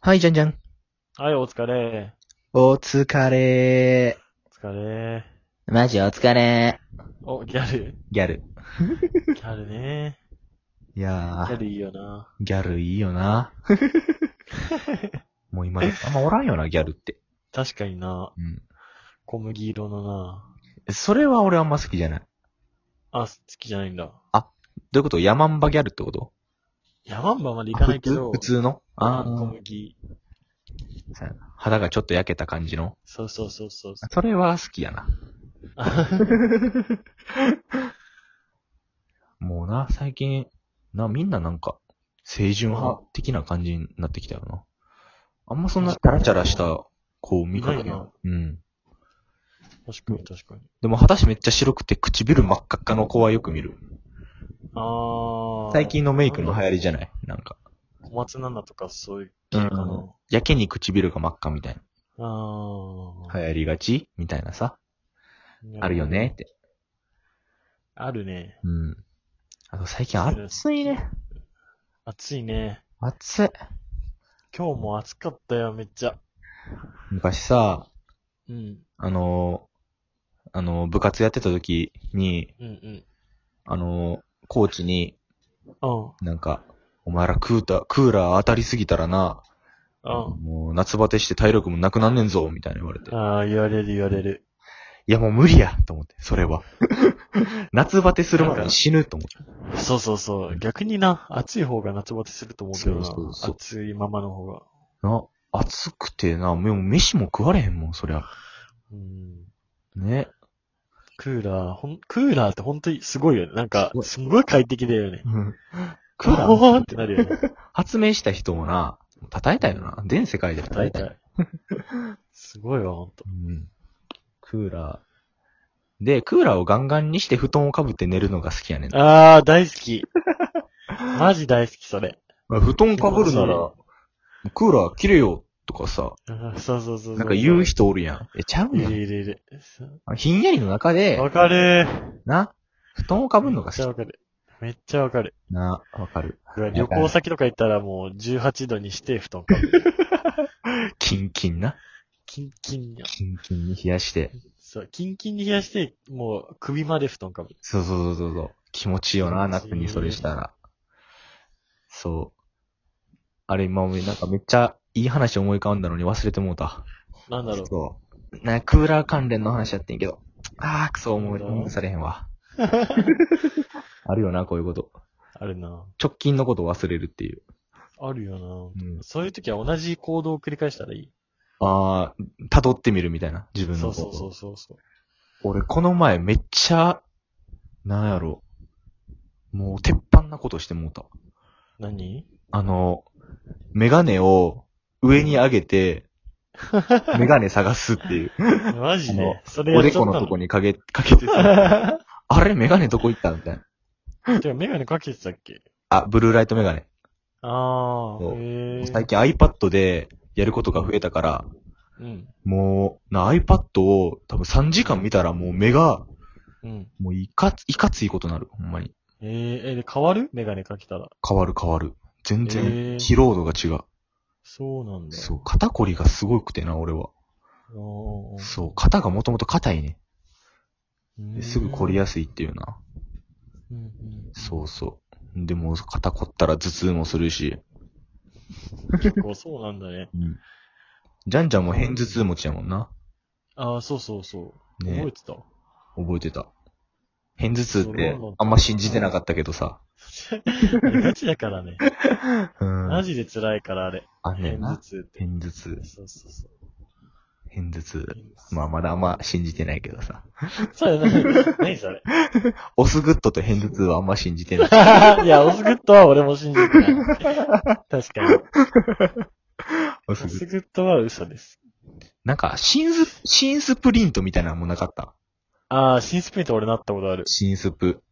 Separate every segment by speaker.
Speaker 1: はい、じゃんじゃん。
Speaker 2: はい、お疲れ。
Speaker 1: お疲れ
Speaker 2: お疲れ。
Speaker 1: ー。マジお疲れ
Speaker 2: お、ギャル。
Speaker 1: ー。ギャル。
Speaker 2: ギャルね。
Speaker 1: いや
Speaker 2: ギャ
Speaker 1: ー、
Speaker 2: ルいいよな。
Speaker 1: ギャルいいよな。もう今、あんまおらんよな、ギャルって。
Speaker 2: 確かにな。
Speaker 1: うん。
Speaker 2: 小麦色のな。
Speaker 1: それは俺あんま好きじゃない。
Speaker 2: あ、好きじゃないんだ。
Speaker 1: どういうことヤマンバギャルってこと
Speaker 2: ヤマンバまでいかないけど。
Speaker 1: 普通普通の
Speaker 2: あ
Speaker 1: あ
Speaker 2: 小
Speaker 1: ー
Speaker 2: 麦。
Speaker 1: そうやな肌がちょっと焼けた感じの。
Speaker 2: そうそうそ うそう。
Speaker 1: それは好きやな。もうな、最近、な、みんななんか、清純派的な感じになってきたよな。あんまそんな、チャラチャラした子を見かけ
Speaker 2: いないな
Speaker 1: うん。
Speaker 2: 確かに確かに。
Speaker 1: でも、裸足めっちゃ白くて唇真っ赤っかの子はよく見る。
Speaker 2: あー。
Speaker 1: 最近のメイクの流行りじゃないなんか。
Speaker 2: 小松菜奈とかそういう系か
Speaker 1: う
Speaker 2: な。
Speaker 1: やけに唇が真っ赤みたいな。
Speaker 2: あー。
Speaker 1: 流行りがちみたいなさ。
Speaker 2: いや
Speaker 1: あるよねっ。て。
Speaker 2: あるね。
Speaker 1: うん。あと最近暑いね。
Speaker 2: 暑いね。
Speaker 1: 暑い。
Speaker 2: 今日も暑かったよ、めっちゃ。
Speaker 1: 昔さ、
Speaker 2: うん。
Speaker 1: あのー、あのー、部活やってた時に、
Speaker 2: うんうん。
Speaker 1: あのー、コーチに、
Speaker 2: うん。
Speaker 1: なんか、お前らクーター、クーラー当たりすぎたらな、
Speaker 2: うん。
Speaker 1: もう夏バテして体力もなくなんねんぞ、みたいな言われて。
Speaker 2: ああ、言われる言われる。
Speaker 1: いや、もう無理やと思って、それ は。夏バテするまでに死ぬと思って。
Speaker 2: そうそうそう。逆にな、暑い方が夏バテすると思うけどな。
Speaker 1: そうそうそう
Speaker 2: 暑いままの方が。
Speaker 1: な、暑くてな、もう飯も食われへんもん、そりゃ。
Speaker 2: うん。
Speaker 1: ね。
Speaker 2: クーラー、ほん、クーラーって本当にすごいよね。なんか
Speaker 1: すご、い
Speaker 2: すごい快適だよね。
Speaker 1: クーラ
Speaker 2: ほほー
Speaker 1: ー
Speaker 2: ってなるよね。
Speaker 1: 発明した人もな、叩いたよな。全世界で叩
Speaker 2: 大
Speaker 1: いたよ。
Speaker 2: 体。すごいわ、ほんと。
Speaker 1: うん。クーラー。で、クーラーをガンガンにして布団をかぶって寝るのが好きやねん。
Speaker 2: ああ、大好 き。マジ大好き、それ。
Speaker 1: 布団
Speaker 2: かぶるなら、
Speaker 1: クーラー切れよとかさ、
Speaker 2: うんそうそうそうそう。
Speaker 1: なんか言う人おるやん。え、ちゃう
Speaker 2: い
Speaker 1: や
Speaker 2: る
Speaker 1: ん。
Speaker 2: いるいる。
Speaker 1: ひんやりの中で、
Speaker 2: わかる。
Speaker 1: な、布団をかぶるのが
Speaker 2: めっちゃ
Speaker 1: 好
Speaker 2: わかる。めっちゃわかる。
Speaker 1: き。な、わかる。
Speaker 2: 旅行先とか行ったらもう18度にして布団かぶる。
Speaker 1: キンキンな。
Speaker 2: キンキンや。
Speaker 1: キンキンに冷やして。
Speaker 2: そう、キンキンに冷やして、もう首まで布団かぶる。
Speaker 1: そうそうそうそうそう。気持ちいいよな、
Speaker 2: 気持ちいい
Speaker 1: 夏にそれしたら。そう。あれ今、なんかめっちゃいい話思い浮かんだのに忘れてもうた。
Speaker 2: なんだろう。
Speaker 1: そう。な、クーラー関連の話やってんけど。あー、くそ思い思い出されへん わ。あるよな、こういうこと。
Speaker 2: あるな
Speaker 1: 直近のこと忘れるっていう。
Speaker 2: あるよ
Speaker 1: うん
Speaker 2: なそういう時は同じ行動を繰り返したらいい。
Speaker 1: あー、辿ってみるみたいな、自分の
Speaker 2: そう
Speaker 1: こと。
Speaker 2: そうそうそうそう。
Speaker 1: 俺、この前めっちゃ、なんやろう。もう、鉄板なことしてもうた。
Speaker 2: 何
Speaker 1: あの、メガネを上に上げて、メガネ探すって いう。
Speaker 2: マジ
Speaker 1: あの
Speaker 2: でそれ
Speaker 1: お
Speaker 2: やっ
Speaker 1: で
Speaker 2: ちゃ
Speaker 1: こ
Speaker 2: っ
Speaker 1: の
Speaker 2: た
Speaker 1: と
Speaker 2: の
Speaker 1: こにかけ、かけてさ、あれメガネどこ行ったみたいな。
Speaker 2: てか、メガネかけてたっけ
Speaker 1: あ、ブルーライトメガネ。
Speaker 2: あ
Speaker 1: そう
Speaker 2: ー、へー
Speaker 1: 最近 iPad でやることが増えたから、
Speaker 2: うん。
Speaker 1: もう、な、iPad を多分3時間見たらもう目が、
Speaker 2: うん。
Speaker 1: もういかつ、いかついことになる。ほんまに。
Speaker 2: えー、え、で、変わるメガネかけたら。
Speaker 1: 変わる変わる。全
Speaker 2: へ
Speaker 1: 然、
Speaker 2: ー
Speaker 1: 疲労度が違う。
Speaker 2: そうなんだ。
Speaker 1: そう、肩こりがすごくてな、俺は。
Speaker 2: おー。
Speaker 1: そう、肩がもともと硬いね。
Speaker 2: う
Speaker 1: で
Speaker 2: ん
Speaker 1: すぐ凝りやすいっていうな。
Speaker 2: うんうん。
Speaker 1: そうそう。でも、肩凝ったら頭痛もするし。
Speaker 2: 結構そうなんだね。
Speaker 1: うん。ジャンジャンも偏頭痛持ちやもんな。
Speaker 2: あー、そうそうそう。
Speaker 1: ね
Speaker 2: 覚えてた。
Speaker 1: 覚えてた。偏頭痛っ
Speaker 2: そうな
Speaker 1: て
Speaker 2: んだ、
Speaker 1: あんま信じてなかったけどさ。
Speaker 2: ガチだからね。
Speaker 1: うん。
Speaker 2: マジで辛いから、あれ。
Speaker 1: あんねん
Speaker 2: 偏頭
Speaker 1: な。
Speaker 2: 痛って。
Speaker 1: 偏頭痛。
Speaker 2: そうそうそう。
Speaker 1: 偏頭痛。まあ、まだあんま信じてないけどさ。
Speaker 2: それ何何それ
Speaker 1: オスグッドと偏頭痛はあんま信じてない。
Speaker 2: いや、オスグッドは俺も信じてない。確かに。
Speaker 1: オ
Speaker 2: オ
Speaker 1: スグッド
Speaker 2: スグッドは嘘です。
Speaker 1: なんか、シンス、シンスプリントみたいなのもなかった。
Speaker 2: ああ、新スプリント俺なったことある。
Speaker 1: シンスプ。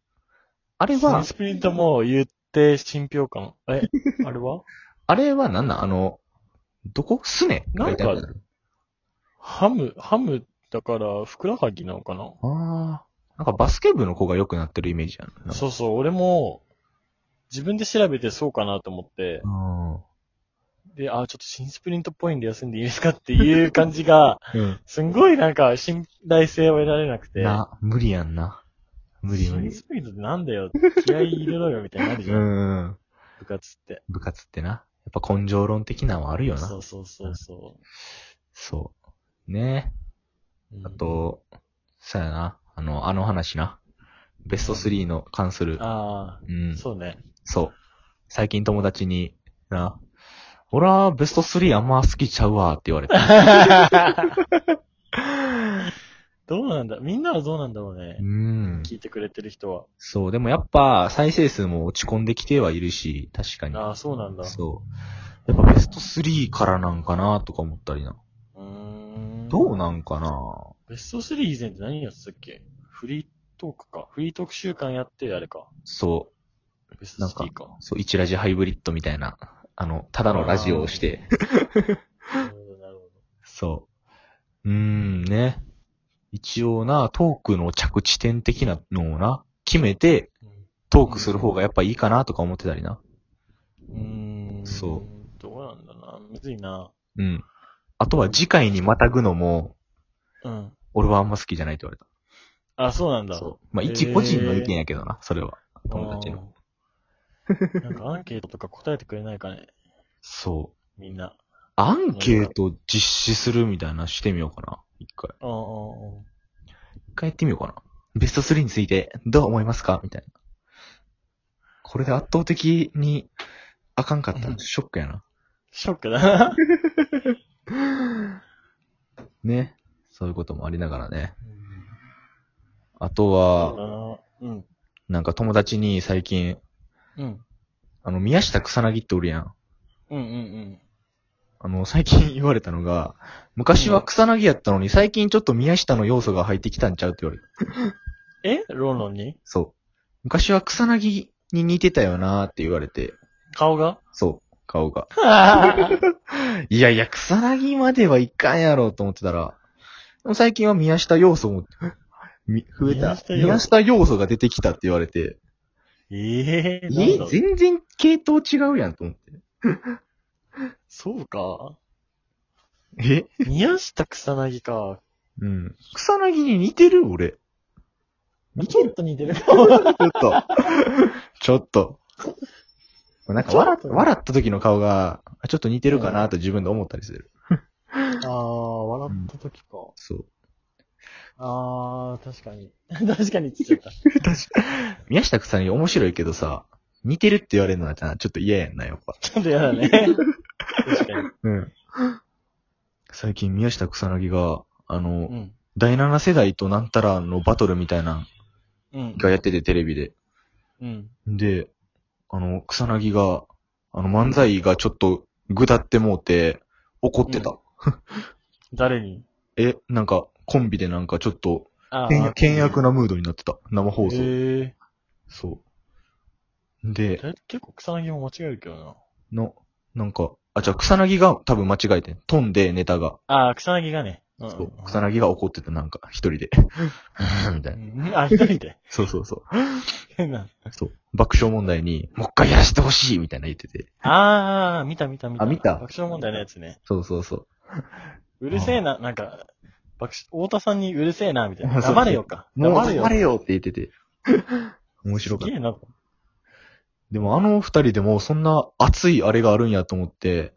Speaker 1: あれ
Speaker 2: 新
Speaker 1: は、
Speaker 2: スプリントも言って、信憑感。え、 あれは
Speaker 1: あれはなんなんあの、どこすね
Speaker 2: なんか
Speaker 1: 書いてある
Speaker 2: ハム、ハムだから、ふくらはぎなのかな
Speaker 1: ああ。なんかバスケ部の子が良くなってるイメージやん。なんか
Speaker 2: そうそう、俺も、自分で調べてそうかなと思って、
Speaker 1: うん。
Speaker 2: で、あ、ちょっと新スプリントっぽいんで休んでいいですかっていう感じが、
Speaker 1: うん。
Speaker 2: すんごいなんか信頼性を得られなくて。
Speaker 1: な、無理やんな。無理無
Speaker 2: 新
Speaker 1: 理。
Speaker 2: スプリントってなんだよ。気合い入れろよみたいになるじ
Speaker 1: う
Speaker 2: ゃん。
Speaker 1: んうん。
Speaker 2: 部活って。
Speaker 1: 部活ってな。やっぱ根性論的なのはあるよな。
Speaker 2: そ
Speaker 1: そう。
Speaker 2: そうそうそう
Speaker 1: ね
Speaker 2: う。
Speaker 1: あと、さやな。あの、あの話な。ベスト3の関する
Speaker 2: うん、。あ
Speaker 1: う
Speaker 2: あ、
Speaker 1: ん。
Speaker 2: そうね。
Speaker 1: そう。最近友達に、な、俺はベスト3あんま好きちゃうわって言 われた。
Speaker 2: どうなんだみんなはどうなんだろうね
Speaker 1: う。ん。
Speaker 2: 聞いてくれてる人は。
Speaker 1: そう、でもやっぱ再生数も落ち込んできてはいるし、確かに。
Speaker 2: ああ、そうなんだ。う
Speaker 1: そう。やっぱベスト3からなんかなとか思ったりな。
Speaker 2: ーん。
Speaker 1: どうなんかな
Speaker 2: ベスト3以前って何やってたっけフリートークか。フリートーク週間やって、あれか。
Speaker 1: そ
Speaker 2: ベスト
Speaker 1: なん
Speaker 2: 3か
Speaker 1: う。。そう、一ラジハイブリッドみたいな。あの、ただのラジオをして。
Speaker 2: なるほど、なるほど。
Speaker 1: そう。うーん、ね。一応な、トークの着地点的なのをな、決めて、トークする方がやっぱいいかなとか思ってたりな。
Speaker 2: うん。うーん。
Speaker 1: そう
Speaker 2: どうなんだな。むずいな。
Speaker 1: うん。あとは次回にまたぐのも、
Speaker 2: うん。
Speaker 1: 俺はあんま好きじゃないって言われた。
Speaker 2: あ、そうなんだ。
Speaker 1: そう。まあ、一個人の意見やけどな、それは。友達の。
Speaker 2: あー。なんかアンケートとか答えてくれないかね。
Speaker 1: そう。
Speaker 2: みんな。
Speaker 1: アンケート実施するみたいなしてみようかな。一回。
Speaker 2: うんうんうん。
Speaker 1: 一回やってみようかな。ベスト3についてどう思いますかみたいな。これで圧倒的にあかんかったらショックやな。
Speaker 2: ショックだな。
Speaker 1: ね。そういうこともありながらね。
Speaker 2: うん
Speaker 1: あと
Speaker 2: そう
Speaker 1: は、
Speaker 2: だな。うん。
Speaker 1: なんか友達に最近、
Speaker 2: うん。
Speaker 1: あの、宮下草薙っておるやん。
Speaker 2: うんうん
Speaker 1: あの、最近言われたのが、昔は草薙やったのに、最近ちょっと宮下の要素が入ってきたんちゃうって言われた。
Speaker 2: うん。えローロンに
Speaker 1: そう。昔は草薙に似てたよなーって言われて、
Speaker 2: 顔 が
Speaker 1: そう、顔が。いやいや、草薙まではいかんやろうと思ってたら、でも最近は宮下要素 も、み増えた
Speaker 2: 宮下。要素
Speaker 1: 宮下要素が出てきたって言われて、
Speaker 2: ええ
Speaker 1: え
Speaker 2: なんだろう
Speaker 1: 全然系統違うやんと思って。
Speaker 2: そうか。
Speaker 1: え
Speaker 2: 宮下草薙か。
Speaker 1: うん。草薙に似てる俺。似てる
Speaker 2: と似て る。
Speaker 1: ちょっ と。ちょっと。なんか笑っ
Speaker 2: ちょっと
Speaker 1: 笑った時の顔が、あちょっと似てるかなと自分で思ったりする。
Speaker 2: ああ、笑った時か。
Speaker 1: そう。
Speaker 2: ああ、確か に。確かにって言っちゃっ
Speaker 1: 宮下草薙面白いけどさ、似てるって言われるのはなちょっと嫌やんな、やっぱ。
Speaker 2: た。ちょっとやだ ね。確かに。
Speaker 1: うん。最近宮下草薙が、あの、
Speaker 2: うん。
Speaker 1: 第7世代となんたらのバトルみたいな
Speaker 2: うん
Speaker 1: の。がやっててテレビで。
Speaker 2: うん。
Speaker 1: で、あの、草薙が、あの漫才がちょっとぐだってもうて、怒ってた。
Speaker 2: う誰に
Speaker 1: え、なんか、コンビでなんかちょっと、
Speaker 2: あ
Speaker 1: 倹約倹約なムードになってた。生放送。
Speaker 2: え
Speaker 1: そう。
Speaker 2: え
Speaker 1: で、
Speaker 2: 結構草薙も間違えるけどな。
Speaker 1: の、なんか、あ、じゃあ草薙が多分間違えてん。飛んで、ネタが。
Speaker 2: ああ、草薙がね。う
Speaker 1: そう。草薙が怒ってた、なんか、一人 で。 みたいな。
Speaker 2: うんあ、一人で。
Speaker 1: そうそうそう。
Speaker 2: 変な。
Speaker 1: そう。爆笑問題に、もう一回やらせてほしいみたいな言ってて。
Speaker 2: ああ、見た見た見た。
Speaker 1: あ見た
Speaker 2: 爆笑問題のやつね。
Speaker 1: そうそうそう。
Speaker 2: うるせえな、なんか、爆笑、太田さんにうるせえな、みたい
Speaker 1: そ
Speaker 2: な。
Speaker 1: うそう
Speaker 2: 黙れよか。
Speaker 1: もう、
Speaker 2: 黙れよ。
Speaker 1: 黙れよって言って て。面白かった。
Speaker 2: すげえな。
Speaker 1: でもあの二人でもそんな熱いあれがあるんやと思って、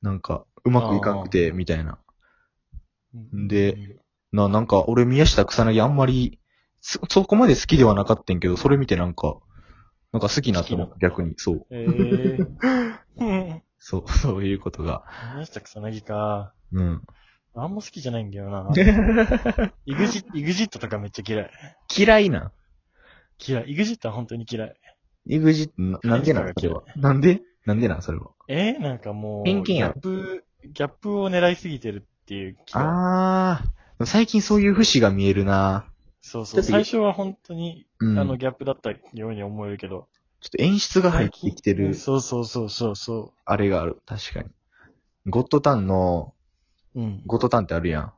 Speaker 1: なんか、うまくいかなくて、みたいな。で、な、なんか、俺、宮下草薙あんまり、そ、そこまで好きではなかったんけど、それ見てなんか、なんか好きになったの
Speaker 2: 好き、
Speaker 1: 逆に。そう。
Speaker 2: えー。うん
Speaker 1: そう、 そういうことが。
Speaker 2: 宮下草薙か。
Speaker 1: うん。
Speaker 2: あんま好きじゃないんだよな。イグジイグジットとかめっちゃ嫌い。
Speaker 1: 嫌いな。
Speaker 2: 嫌い。イグジットは本当に嫌い。
Speaker 1: イグジななんでなんそれは。なんでなんでなんそれは。
Speaker 2: えー、なんかもう、
Speaker 1: 偏見
Speaker 2: ギ
Speaker 1: や
Speaker 2: ャップ、ギャップを狙いすぎてるっていう気が。
Speaker 1: あー、最近そういう節が見えるな
Speaker 2: そうそう。
Speaker 1: だって
Speaker 2: 最初は本当に、
Speaker 1: うん。
Speaker 2: あの、
Speaker 1: ちょ
Speaker 2: ギャップだったように思えるけど。
Speaker 1: っと演出が入ってきて
Speaker 2: うん
Speaker 1: る、
Speaker 2: そうそうそうそうそ
Speaker 1: あれがある。確かに。ゴッドタンの、
Speaker 2: う。うん。
Speaker 1: ゴッドタンってあるやん。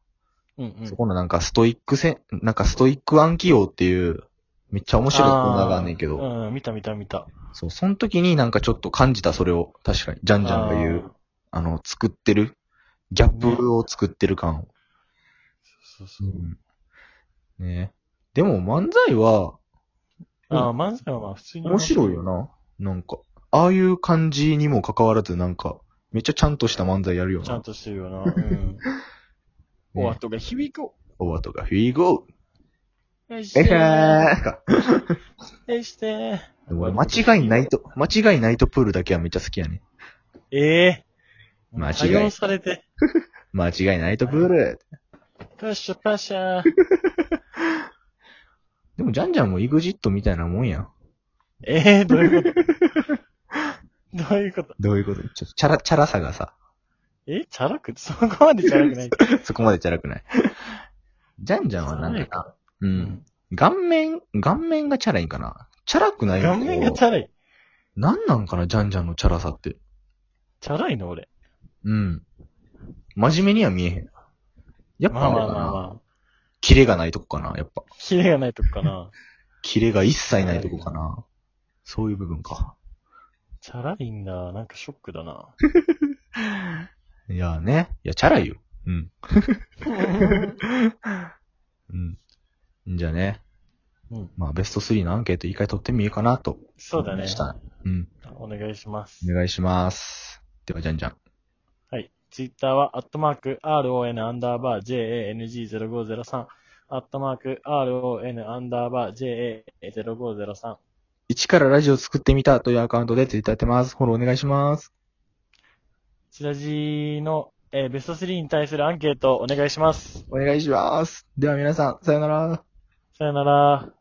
Speaker 2: うんうん
Speaker 1: そこのなんかストイックせん、なんかストイック暗記王っていう、めっちゃ面白いコーナーがあんねんけど、
Speaker 2: うん、見た見た見た。
Speaker 1: そう、その時になんかちょっと感じたそれを、確かに、ジャンジャンが言う、あの、作ってる、ギャップを作ってる感を。
Speaker 2: そうそうそう。
Speaker 1: うんねでも漫才は
Speaker 2: ああ、漫才はまあ普通に。
Speaker 1: 面白いよな。なんか、ああいう感じにもかかわらずなんか、めっちゃちゃんとした漫才やるよ
Speaker 2: ちゃ
Speaker 1: な。
Speaker 2: んとしてるよ な。うん。お後が響く。
Speaker 1: オバとか、フィーゴ
Speaker 2: えし
Speaker 1: ーえ
Speaker 2: て
Speaker 1: へーか。
Speaker 2: えして
Speaker 1: でも俺間違いないと、間違いないとプールだけはめっちゃ好きやね。
Speaker 2: ええ
Speaker 1: 間違い
Speaker 2: 対応されて。
Speaker 1: 間違いないとプール。
Speaker 2: パッシャパッシャ
Speaker 1: でもジャンジャンも EXIT みたいなもんやん。
Speaker 2: ええどういうこと どういうこと
Speaker 1: どういうことちょっとチャラ、チャラさがさ、
Speaker 2: えチャラくそこまでチャラくない。
Speaker 1: そこまでチャラく ない。ジャンジャンはなんか、う。。
Speaker 2: うん
Speaker 1: 顔面、顔面がチャラいんかな。チャラくない
Speaker 2: 顔面がチ
Speaker 1: ャ
Speaker 2: ャラい。
Speaker 1: なんなんかな、ジャンジャンのチャラさって。
Speaker 2: チャラいの俺。
Speaker 1: うん。真面目には見えへん。やっ
Speaker 2: ま
Speaker 1: ぱ
Speaker 2: あ
Speaker 1: あ
Speaker 2: ま
Speaker 1: れ
Speaker 2: あ
Speaker 1: か
Speaker 2: まあ
Speaker 1: な。
Speaker 2: まあ。
Speaker 1: キレがないとこかな、やっぱ。
Speaker 2: キレがないとこかな。
Speaker 1: キレが一切ないとこかな。そういう部分か。
Speaker 2: チャラいんだ。なんかショックだな。
Speaker 1: いやね。いや、チャラいよ。 うん。うん。じゃあね。
Speaker 2: うん。
Speaker 1: まあ、ベスト3のアンケート一回取ってみようかなと。
Speaker 2: そうだね
Speaker 1: し。た。うん。
Speaker 2: お願いします。
Speaker 1: お願いします。では、じゃんじゃん。
Speaker 2: はい。ツイッターは、アットマーク、RON アンダーバー JANG0503、アットマーク、RON アンダーバー JA0503。
Speaker 1: 一からラジオ作ってみたというアカウントでツイッターやってます。フォローお願いします。
Speaker 2: チラジの、えーベスト3に対するアンケートお願いします。
Speaker 1: お願いします。では皆さん、さよなら。
Speaker 2: さよなら。